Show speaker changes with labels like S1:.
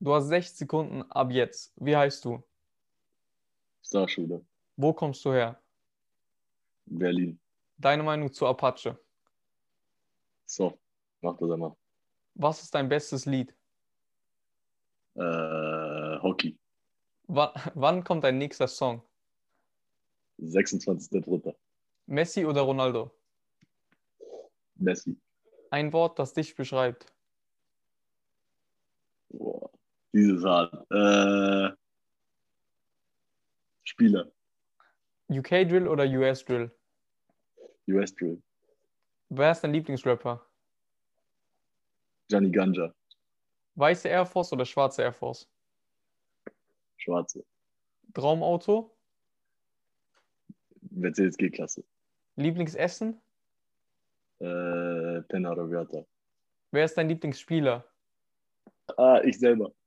S1: Du hast 6 Sekunden ab jetzt. Wie heißt du?
S2: Starschule,
S1: Wo kommst du her?
S2: Berlin.
S1: Deine Meinung zu Apache.
S2: So, mach das einmal.
S1: Was ist dein bestes Lied?
S2: Äh, Hockey,
S1: Wa- wann kommt dein nächster Song?
S2: 26.03.
S1: Messi oder Ronaldo?
S2: Messi.
S1: Ein Wort, das dich beschreibt.
S2: Boah, dieses hart. Äh, Spieler,
S1: UK Drill oder US Drill?
S2: US Drill,
S1: Wer ist dein Lieblingsrapper?
S2: Gianni Ganja,
S1: Weiße Air Force oder schwarze Air Force?
S2: Schwarze,
S1: Traumauto?
S2: Mercedes G-Klasse,
S1: Lieblingsessen?
S2: äh, Penner oder Wörter.
S1: Wer ist dein Lieblingsspieler?
S2: Ah, ich selber.